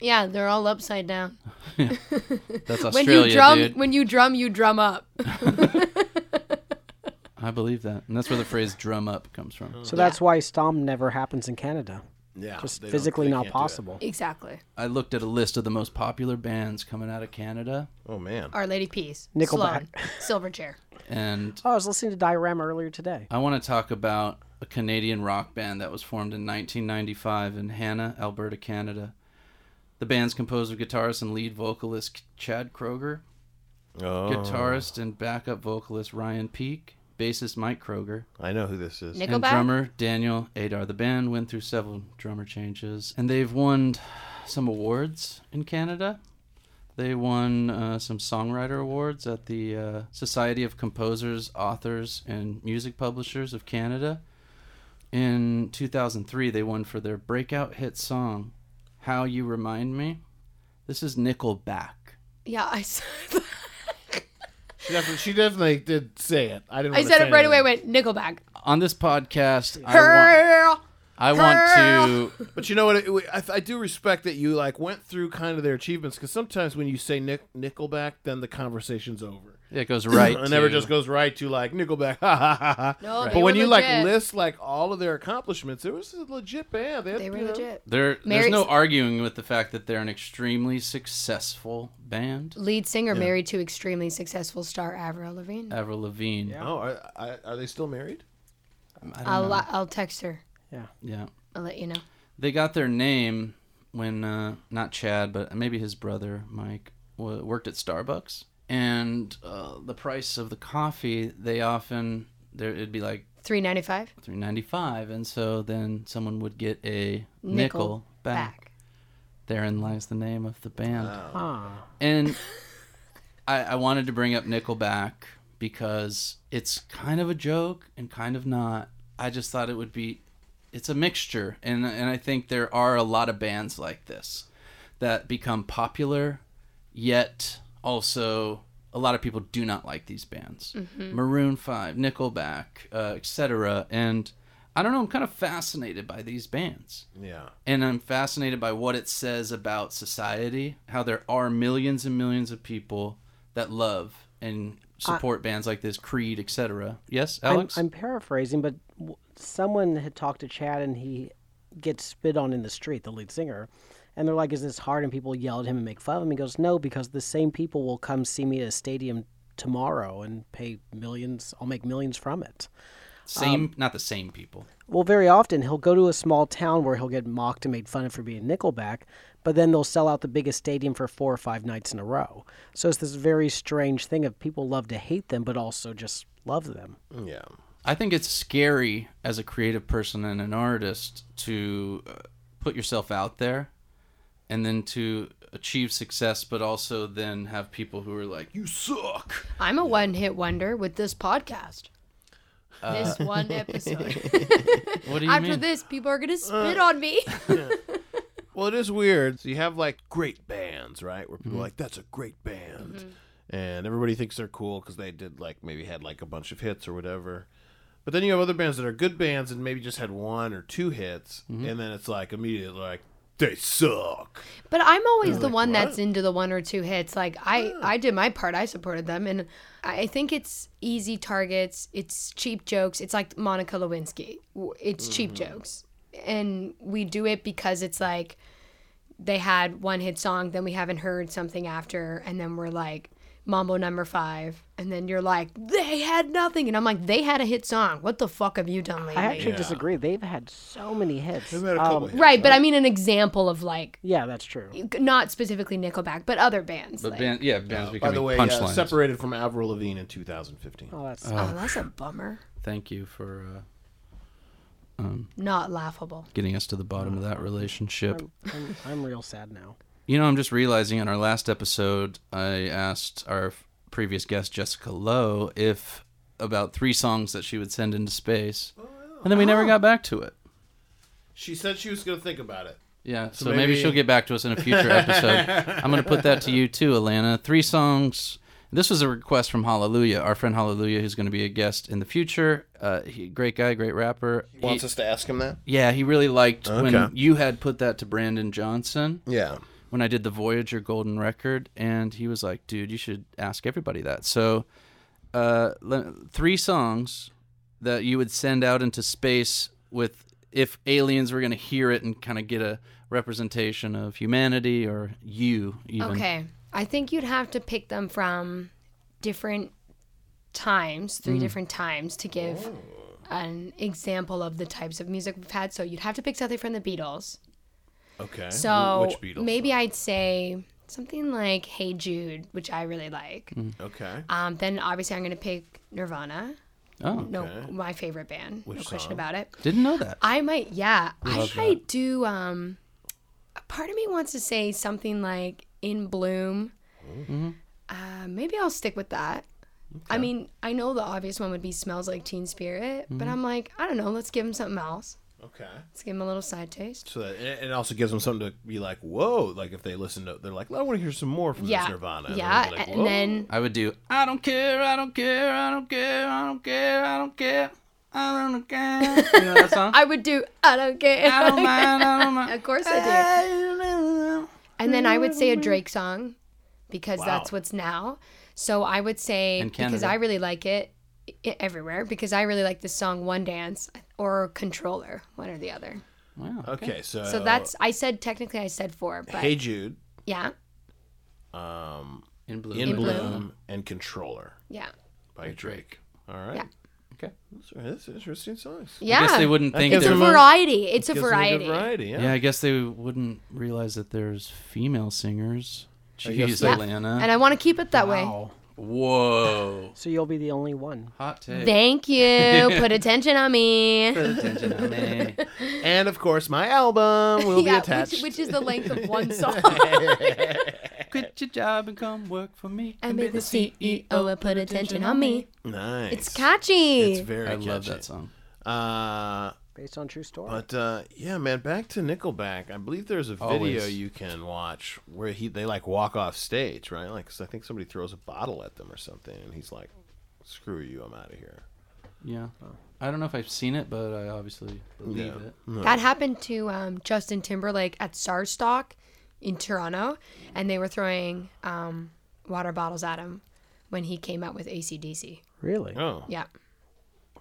S7: Yeah, they're all upside down.
S3: That's
S7: When
S3: Australia,
S7: you drum,
S3: dude.
S7: when you drum, you drum up.
S3: I believe that, and that's where the phrase "drum up" comes from.
S8: So that's why Stom never happens in Canada.
S4: Yeah,
S8: Just
S4: they don't-
S8: physically
S4: they
S8: not
S4: can't do that.
S8: possible.
S7: Exactly.
S3: I looked at a list of the most popular bands coming out of Canada,
S4: Oh man.
S7: Our Lady Peace.
S8: Nickelback.
S7: Sloan, Silverchair.
S3: and
S8: Oh, I was listening to Diorama earlier today.
S3: I want to talk about a Canadian rock band that was formed in 1995 in Hanna, Alberta, Canada. The band's composed of guitarist and lead vocalist Chad Kroger,
S4: Oh,
S3: guitarist and backup vocalist Ryan Peak, bassist Mike Kroger,
S4: I know who this is.
S3: and
S7: Nickelback.
S3: drummer Daniel Adar. The band went through several drummer changes, and they've won some awards in Canada. They won uh, some songwriter awards at the uh, Society of Composers, Authors, and Music Publishers of Canada. In 2003, they won for their breakout hit song, How You Remind Me. This is Nickelback.
S9: Yeah, I said, that.
S4: She definitely, she definitely did say it. I didn't.
S9: I
S4: wanna
S9: said
S4: say
S9: it right away. I
S4: anything.
S9: Went Nickelback.
S3: On this podcast, uh, I want,
S9: Girl.
S3: I want to.
S4: But you know what? It, it- I, I do respect that you like went through kind of their achievements because sometimes when you say Nick, Nickelback, then the conversation's over.
S3: Yeah, it goes right.
S4: It never
S3: to-
S4: just goes right to like Nickelback. Ha ha ha ha.
S7: No,
S4: but
S7: they
S4: when
S7: were
S4: you like
S7: legit.
S4: list like all of their accomplishments, it was a legit band. They, had,
S9: They were
S4: you know-
S9: legit.
S3: There, there's
S9: Mary's-
S3: no arguing with the fact that they're an extremely successful band.
S9: Lead singer married to extremely successful star Avril Lavigne.
S3: Avril Lavigne. Yeah.
S4: Oh, are, I- are they still married?
S9: I'll, I'll text her. I'll let you know.
S3: They got their name when, uh, not Chad, but maybe his brother, Mike, w- worked at Starbucks. And uh, the price of the coffee, they often, there it'd be like
S9: Three ninety five.
S3: 395 And so then someone would get a nickel,
S9: Nickel
S3: back.
S9: Back.
S3: Therein lies the name of the band. And I, I wanted to bring up Nickelback because it's kind of a joke and kind of not. I just thought it would be, it's a mixture, and and I think there are a lot of bands like this that become popular, yet also a lot of people do not like these bands. Maroon Five, Nickelback, uh, etc. And I don't know. I'm kind of fascinated by these bands
S4: Yeah.
S3: and I'm fascinated by what it says about society, how there are millions and millions of people that love and support bands like this, Creed, etc. Yes,
S8: I'm,
S3: Alex.
S8: I'm paraphrasing, but w- someone had talked to Chad and he gets spit on in the street, the lead singer. And they're like, Is this hard? And people yell at him and make fun of him. He goes, No, because the same people will come see me at a stadium tomorrow and pay millions. I'll make millions from it.
S3: same,
S8: um,
S3: not the same people.
S8: Well, very often he'll go to a small town where he'll get mocked and made fun of for being Nickelback, but then they'll sell out the biggest stadium for four or five nights in a row. So it's this very strange thing of people love to hate them, but also just love them.
S4: Yeah.
S3: I think it's scary as a creative person and an artist to uh, put yourself out there and then to achieve success, but also then have people who are like, you suck.
S9: I'm a one hit wonder with this podcast.
S3: Uh,
S7: this one episode.
S3: What do you
S9: After
S3: mean? Uh,
S9: this, people are gonna spit on me.
S4: Well, it is weird. So you have like great bands, right? Where people are like, that's a great band.
S9: Mm-hmm.
S4: And everybody thinks they're cool because they did like maybe had like a bunch of hits or whatever. But then you have other bands that are good bands and maybe just had one or two hits. And then it's like immediately like, they suck.
S9: But I'm always the one that's into the one or two hits. Like I, I did my part. I supported them, and I think it's easy targets. It's cheap jokes. It's like Monica Lewinsky. W- It's cheap
S8: Mm-hmm.
S9: jokes, and we do it because it's like they had one hit song, then we haven't heard something after, and then we're like Mambo Number Five, and then you're like they had nothing, and I'm like they had a hit song. What the fuck have you done lately?
S8: I actually disagree. They've had so many hits.
S4: They've had a couple
S8: Um,
S4: hits.
S9: right, but I mean an example of like
S8: Yeah, that's true.
S9: not specifically Nickelback, but other bands.
S3: But
S9: like-
S3: band, yeah, bands
S4: By
S3: becoming
S4: the way, uh,
S3: punchlines.
S4: separated from Avril Lavigne in 2015.
S8: Oh, that's
S9: Oh, that's a bummer.
S3: Thank you for uh,
S9: Not laughable.
S3: getting us to the bottom of that
S8: Um,
S3: relationship.
S8: I'm, I'm real sad now.
S3: You know, I'm just realizing in our last episode, I asked our f- previous guest Jessica Lowe if about three songs that she would send into space, and then we never got back to it.
S4: She said she was going to think about it.
S3: Yeah, so, maybe,
S4: maybe-
S3: she'll get back to us in a future episode. I'm going to put that to you too, Alana. Three songs. This was a request from Hallelujah, our friend Hallelujah, who's going to be a guest in the future. Uh, he, great guy, great rapper. He-
S4: Wants us to ask him that?
S3: yeah, he really liked when
S4: Okay.
S3: you had put that to Brandon Johnson.
S4: Yeah.
S3: when I did the Voyager Golden Record, and he was like, "Dude, you should ask everybody that." So, uh, le- three songs that you would send out into space with if aliens were going to hear it and kind of get a representation of humanity or you even.
S9: Okay. I think you'd have to pick them from different times, three different times to give an example of the types of music we've had. So you'd have to pick something from the Beatles.
S4: Okay.
S1: Eh?
S9: So
S4: Which Beatles?
S9: maybe I'd say something like Hey Jude, which I really like.
S4: Okay.
S9: Um, then obviously I'm going to pick Nirvana.
S3: Oh,
S9: No, my favorite band. no question about it.
S3: didn't know that.
S9: I might, yeah. I might do. Um, a part of me wants to say something like "In Bloom"
S4: Mm-hmm.
S9: Uh, maybe I'll stick with that. I mean, I know the obvious one would be smells like Teen Spirit, but
S4: Mm-hmm.
S9: I'm like, I don't know. Let's give him something else.
S4: Okay.
S9: Let's give him a little side taste.
S4: So that, and it- it also gives them something to be like, whoa! Like if they listen to, they're like, I want to hear some more from
S9: Yeah,
S4: this Nirvana. And
S9: yeah,
S4: they'll be like,
S9: and
S4: "Whoa."
S9: then
S3: I would do. I don't care. I don't care. I don't care. I don't care. I don't care. I don't care. You know that song?
S9: I would do. I don't care.
S3: I don't mind. I don't mind.
S9: Of course I do. And then I would say a Drake song because that's what's now. So I would say
S3: In
S9: because
S3: Canada.
S9: I really like it i- everywhere because I really like this song One Dance or Controller, one or the other.
S3: Wow.
S4: okay, so
S3: Oh.
S4: uh,
S9: So that's I said technically I said four, but
S4: Hey Jude,
S9: yeah.
S3: In blue.
S4: In,
S9: Bloom.
S4: Bloom, and Controller
S9: Yeah.
S4: by Drake. All right.
S9: Yeah.
S3: Okay.
S4: Those are that's interesting songs.
S9: Yeah.
S3: I guess they wouldn't think
S4: gives
S9: it's a
S3: they're.
S4: them a-
S9: variety. It's a
S4: Gives them good
S9: variety.
S4: variety. Yeah.
S3: yeah, I guess they wouldn't realize that there's female singers.
S4: guess
S3: Jeez,
S4: they-
S3: Atlanta.
S9: And I want to keep it that way.
S3: Whoa.
S8: So you'll be the only one.
S3: Hot take.
S9: Thank you. Put attention on me.
S3: Attention on me.
S4: And of course, my album will be attached.
S9: which, which is the length of one song.
S3: Quit your job and come work for me.
S9: and be the
S3: E
S9: CEO and put attention on me.
S4: nice.
S9: It's catchy.
S4: It's very.
S3: I love
S4: catchy.
S3: that song.
S4: Uh,
S8: Based on true story.
S4: but uh, yeah, man. Back to Nickelback. I believe there's a video
S3: Always.
S4: you can watch where he they like walk off stage, right? Like, 'cause I think somebody throws a bottle at them or something, and he's like, "Screw you, I'm out of here."
S3: Yeah. I don't know if I've seen it, but I obviously believe it.
S9: that happened to um, Justin Timberlake at Sarstock in Toronto, and they were throwing um, water bottles at him when he came out with ACDC.
S8: really?
S4: Oh,
S9: Yeah.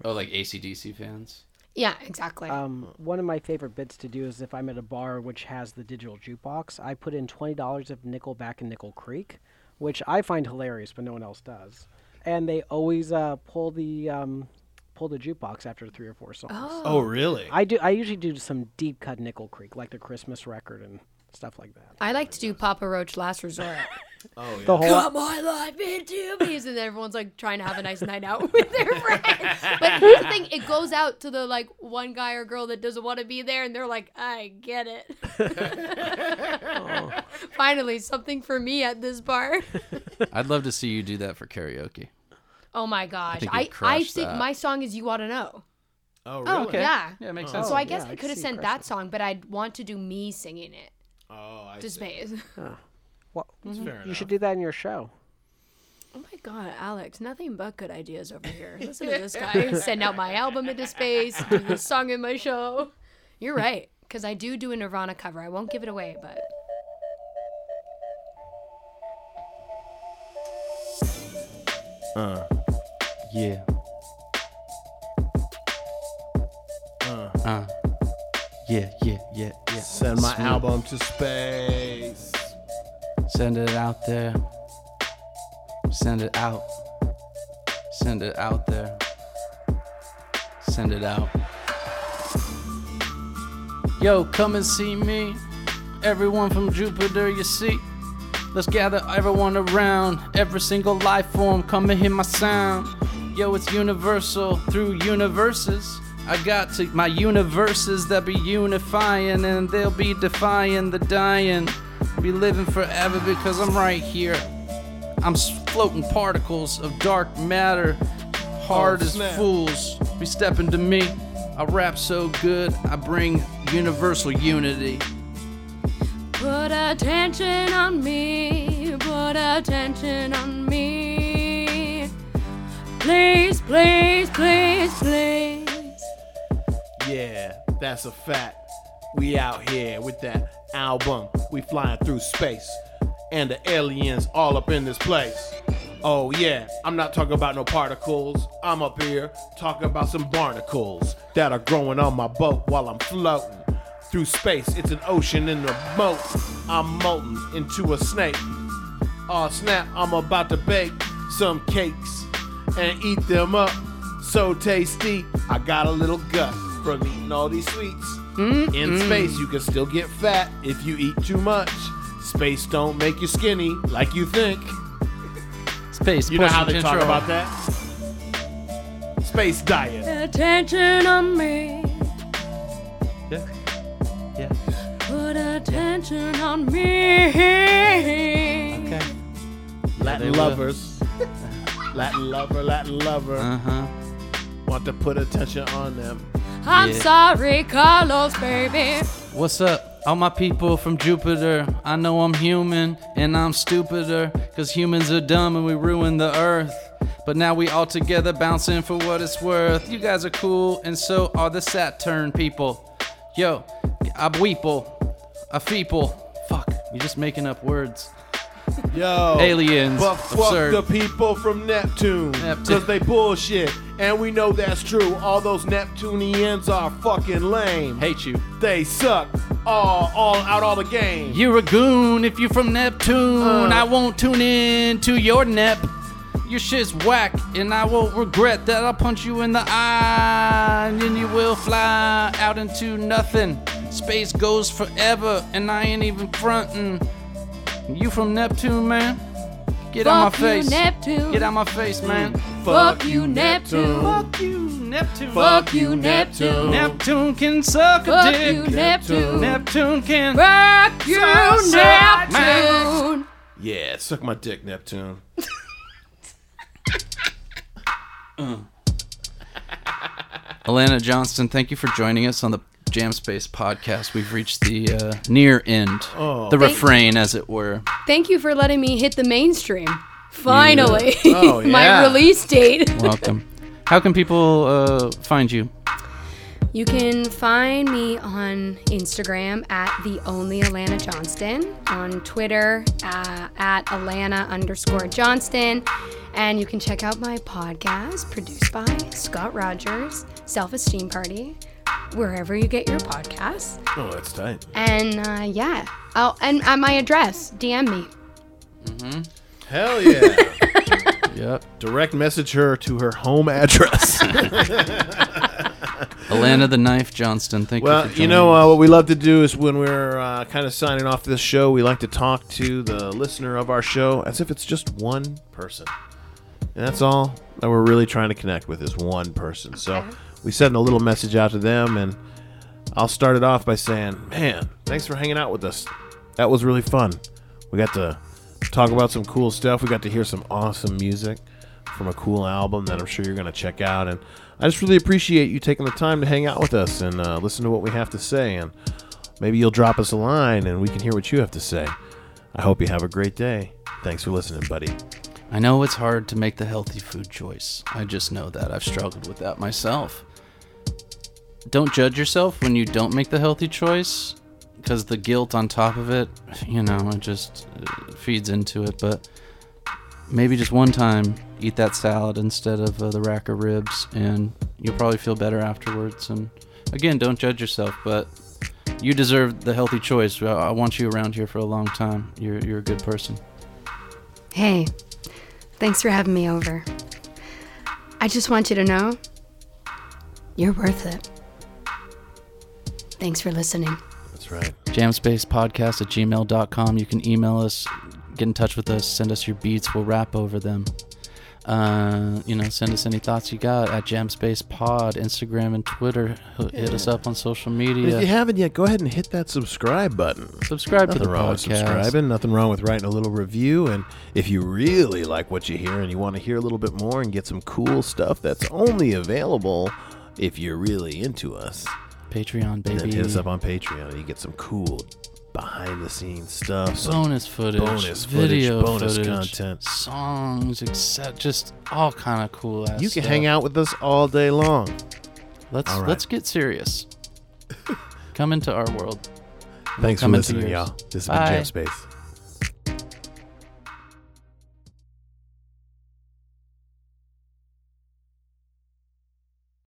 S3: Oh, like ACDC fans?
S9: Yeah, exactly.
S8: Um, one of my favorite bits to do is if I'm at a bar which has the digital jukebox, I put in twenty dollars of Nickelback and Nickel Creek, which I find hilarious, but no one else does. And they always uh, pull the um, pull the jukebox after three or four songs.
S4: Oh, really?
S8: I do. I usually do some deep cut Nickel Creek, like the Christmas record and stuff like that.
S9: I like to do Papa Roach Last Resort.
S4: Oh,
S8: The whole
S9: Got my life into these, and then everyone's like trying to have a nice night out with their friends. But here's the thing: it goes out to the like one guy or girl that doesn't want to be there, and they're like, "I get it." Finally, something for me at this bar.
S3: I'd love to see you do that for karaoke.
S9: Oh my gosh!
S3: think you'd
S9: I I,
S3: crush
S9: think
S3: that.
S9: my song is "You Ought to Know."
S4: oh, really?
S9: okay. Yeah.
S3: Yeah, it makes sense.
S9: so I guess
S8: yeah,
S9: I
S8: I could
S9: could have
S8: see you
S9: sent that song, but I'd want to do me singing it.
S4: Oh, I
S9: Just Maze.
S8: what,
S4: fair
S8: you should do that in your show.
S9: Oh my God, Alex, nothing but good ideas over here. Listen to this guy send out my album into space, do this song in my show. You're right, because I do do a Nirvana cover. I won't give it away, but.
S3: Yeah. Uh. Yeah, yeah, yeah, yeah.
S4: Send my
S3: Sweet.
S4: album to space.
S3: Send it out there. Send it out. Send it out there. Send it out. Yo, come and see me. Everyone from Jupiter, you see. Let's gather everyone around. Every single life form, come and hear my sound. Yo, it's universal through universes. I got to my universes that be unifying and they'll be defying the dying. Be living forever because I'm right here. I'm s- floating particles of dark matter, hard
S4: Oh,
S3: as
S4: snap.
S3: fools. Be stepping to me. I rap so good, I bring universal unity.
S9: Put attention on me, put attention on me. Please, please, please, please.
S4: Yeah, that's a fact. We out here with that album. We flying through space. And the aliens all up in this place. Oh yeah, I'm not talking about no particles. I'm up here talking about some barnacles that are growing on my boat while I'm floating. Through space, it's an ocean in the moat. I'm molting into a snake. Oh snap, I'm about to bake some cakes and eat them up. So tasty, I got a little gut from eating all these sweets. In space, you can still get fat if you eat too much. Space don't make you skinny like you think.
S3: Space,
S4: You know
S3: portion
S4: how they talk
S3: control.
S4: about that? Space diet.
S9: Attention on me,
S3: Yeah. Yeah.
S9: put attention on me.
S3: Okay.
S4: Latin
S3: they will.
S4: lovers. Latin lover, Latin lover.
S3: Uh huh.
S4: Want to put attention on them.
S7: I'm
S3: Yeah.
S7: sorry, Carlos, baby.
S3: What's up, all my people from Jupiter? I know I'm human and I'm stupider, cause humans are dumb and we ruin the earth. But now we all together bouncing for what it's worth. You guys are cool, and so are the Saturn people. Yo, I weeple, I feeple. Fuck, you're just making up words.
S4: Yo.
S3: Aliens.
S4: Oh. But fuck
S3: Absurd.
S4: the people from Neptune.
S3: Neptune.
S4: Because they bullshit. And we know that's true. All those Neptunians are fucking lame.
S3: Hate you.
S4: They suck. All, all out all the game.
S3: You're a goon if you're from Neptune.
S7: Uh.
S3: I won't tune in to your nep. Your shit's whack, and I will regret that I'll punch you in the eye. And then you will fly out into nothing. Space goes forever, and I ain't even frontin'. You from Neptune, man? Get out my
S7: Fuck you,
S3: face.
S7: Neptune.
S3: Get out my face, man.
S7: Fuck you, Neptune.
S3: Fuck you, Neptune.
S7: Fuck you, Neptune.
S3: Neptune can suck a
S7: Fuck
S3: dick.
S7: you, Neptune.
S3: Neptune can.
S7: Fuck you,
S3: Suck my
S7: Neptune.
S4: Yeah, suck my dick, Neptune.
S3: Alana Johnston, thank you for joining us on the Jam Space podcast. We've reached the uh, near end,
S4: Oh.
S3: the refrain, as it were.
S9: Thank you for letting me hit the mainstream. Finally,
S4: Oh, yeah.
S9: my release date.
S3: Welcome. How can people uh, find you?
S9: You can find me on Instagram at the only Alana Johnston, on Twitter uh, at Alana underscore Johnston, and you can check out my podcast produced by Scott Rogers, Self Esteem Party, wherever you get your podcasts.
S4: Oh, that's tight.
S9: And uh, yeah, oh, and at my address, DM me.
S4: Hell yeah.
S3: Yep.
S4: Direct message her to her home address.
S3: Alana the Knife Johnston, thank you
S4: well,
S3: for joining
S4: you know uh, what we love to do is when we're uh, kind of signing off this show, we like to talk to the listener of our show as if it's just one person, and that's all that we're really trying to connect with is one person. So we send a little message out to them, and I'll start it off by saying, "Man, thanks for hanging out with us. That was really fun. We got to talk about some cool stuff. We got to hear some awesome music." from a cool album that I'm sure you're going to check out. And I just really appreciate you taking the time to hang out with us and uh, listen to what we have to say. And maybe you'll drop us a line and we can hear what you have to say. I hope you have a great day. Thanks for listening, buddy.
S3: I know it's hard to make the healthy food choice. I just know that. I've struggled with that myself. Don't judge yourself when you don't make the healthy choice because the guilt on top of it, you know, it just uh, feeds into it. But maybe just one time eat that salad instead of uh, the rack of ribs and you'll probably feel better afterwards. And again, don't judge yourself, but you deserve the healthy choice. I, I want you around here for a long time. You're, you're a good person.
S9: Hey, thanks for having me over. I just want you to know you're worth it. Thanks for listening.
S4: That's right.
S3: jamspacepodcast at gmail.com. You can email us, get in touch with us, send us your beats. We'll rap over them. Uh, you know, send us any thoughts you got at jamspacepod, Instagram and Twitter. H- Hit us up on social
S4: If you
S3: media.
S4: haven't yet, go ahead and hit that subscribe button.
S3: Subscribe to
S4: Nothing
S3: the
S4: wrong with
S3: podcast.
S4: subscribing. Nothing wrong with writing a little review. And if you really like what you hear and you want to hear a little bit more and get some cool stuff that's only available if you're really into us,
S3: Patreon,
S4: then
S3: baby.
S4: hit us up on Patreon. You get some cool behind the scenes stuff. some
S3: bonus footage,
S4: Bonus footage,
S3: video
S4: bonus content.
S3: songs, except just all kind of cool. Ass
S4: You can hang out with us all day long.
S3: Let's
S4: All right.
S3: let's get serious. Come into our world.
S4: Thanks for
S3: Come into
S4: listening,
S3: yours.
S4: y'all. This has been
S3: Bye.
S4: Jam Space.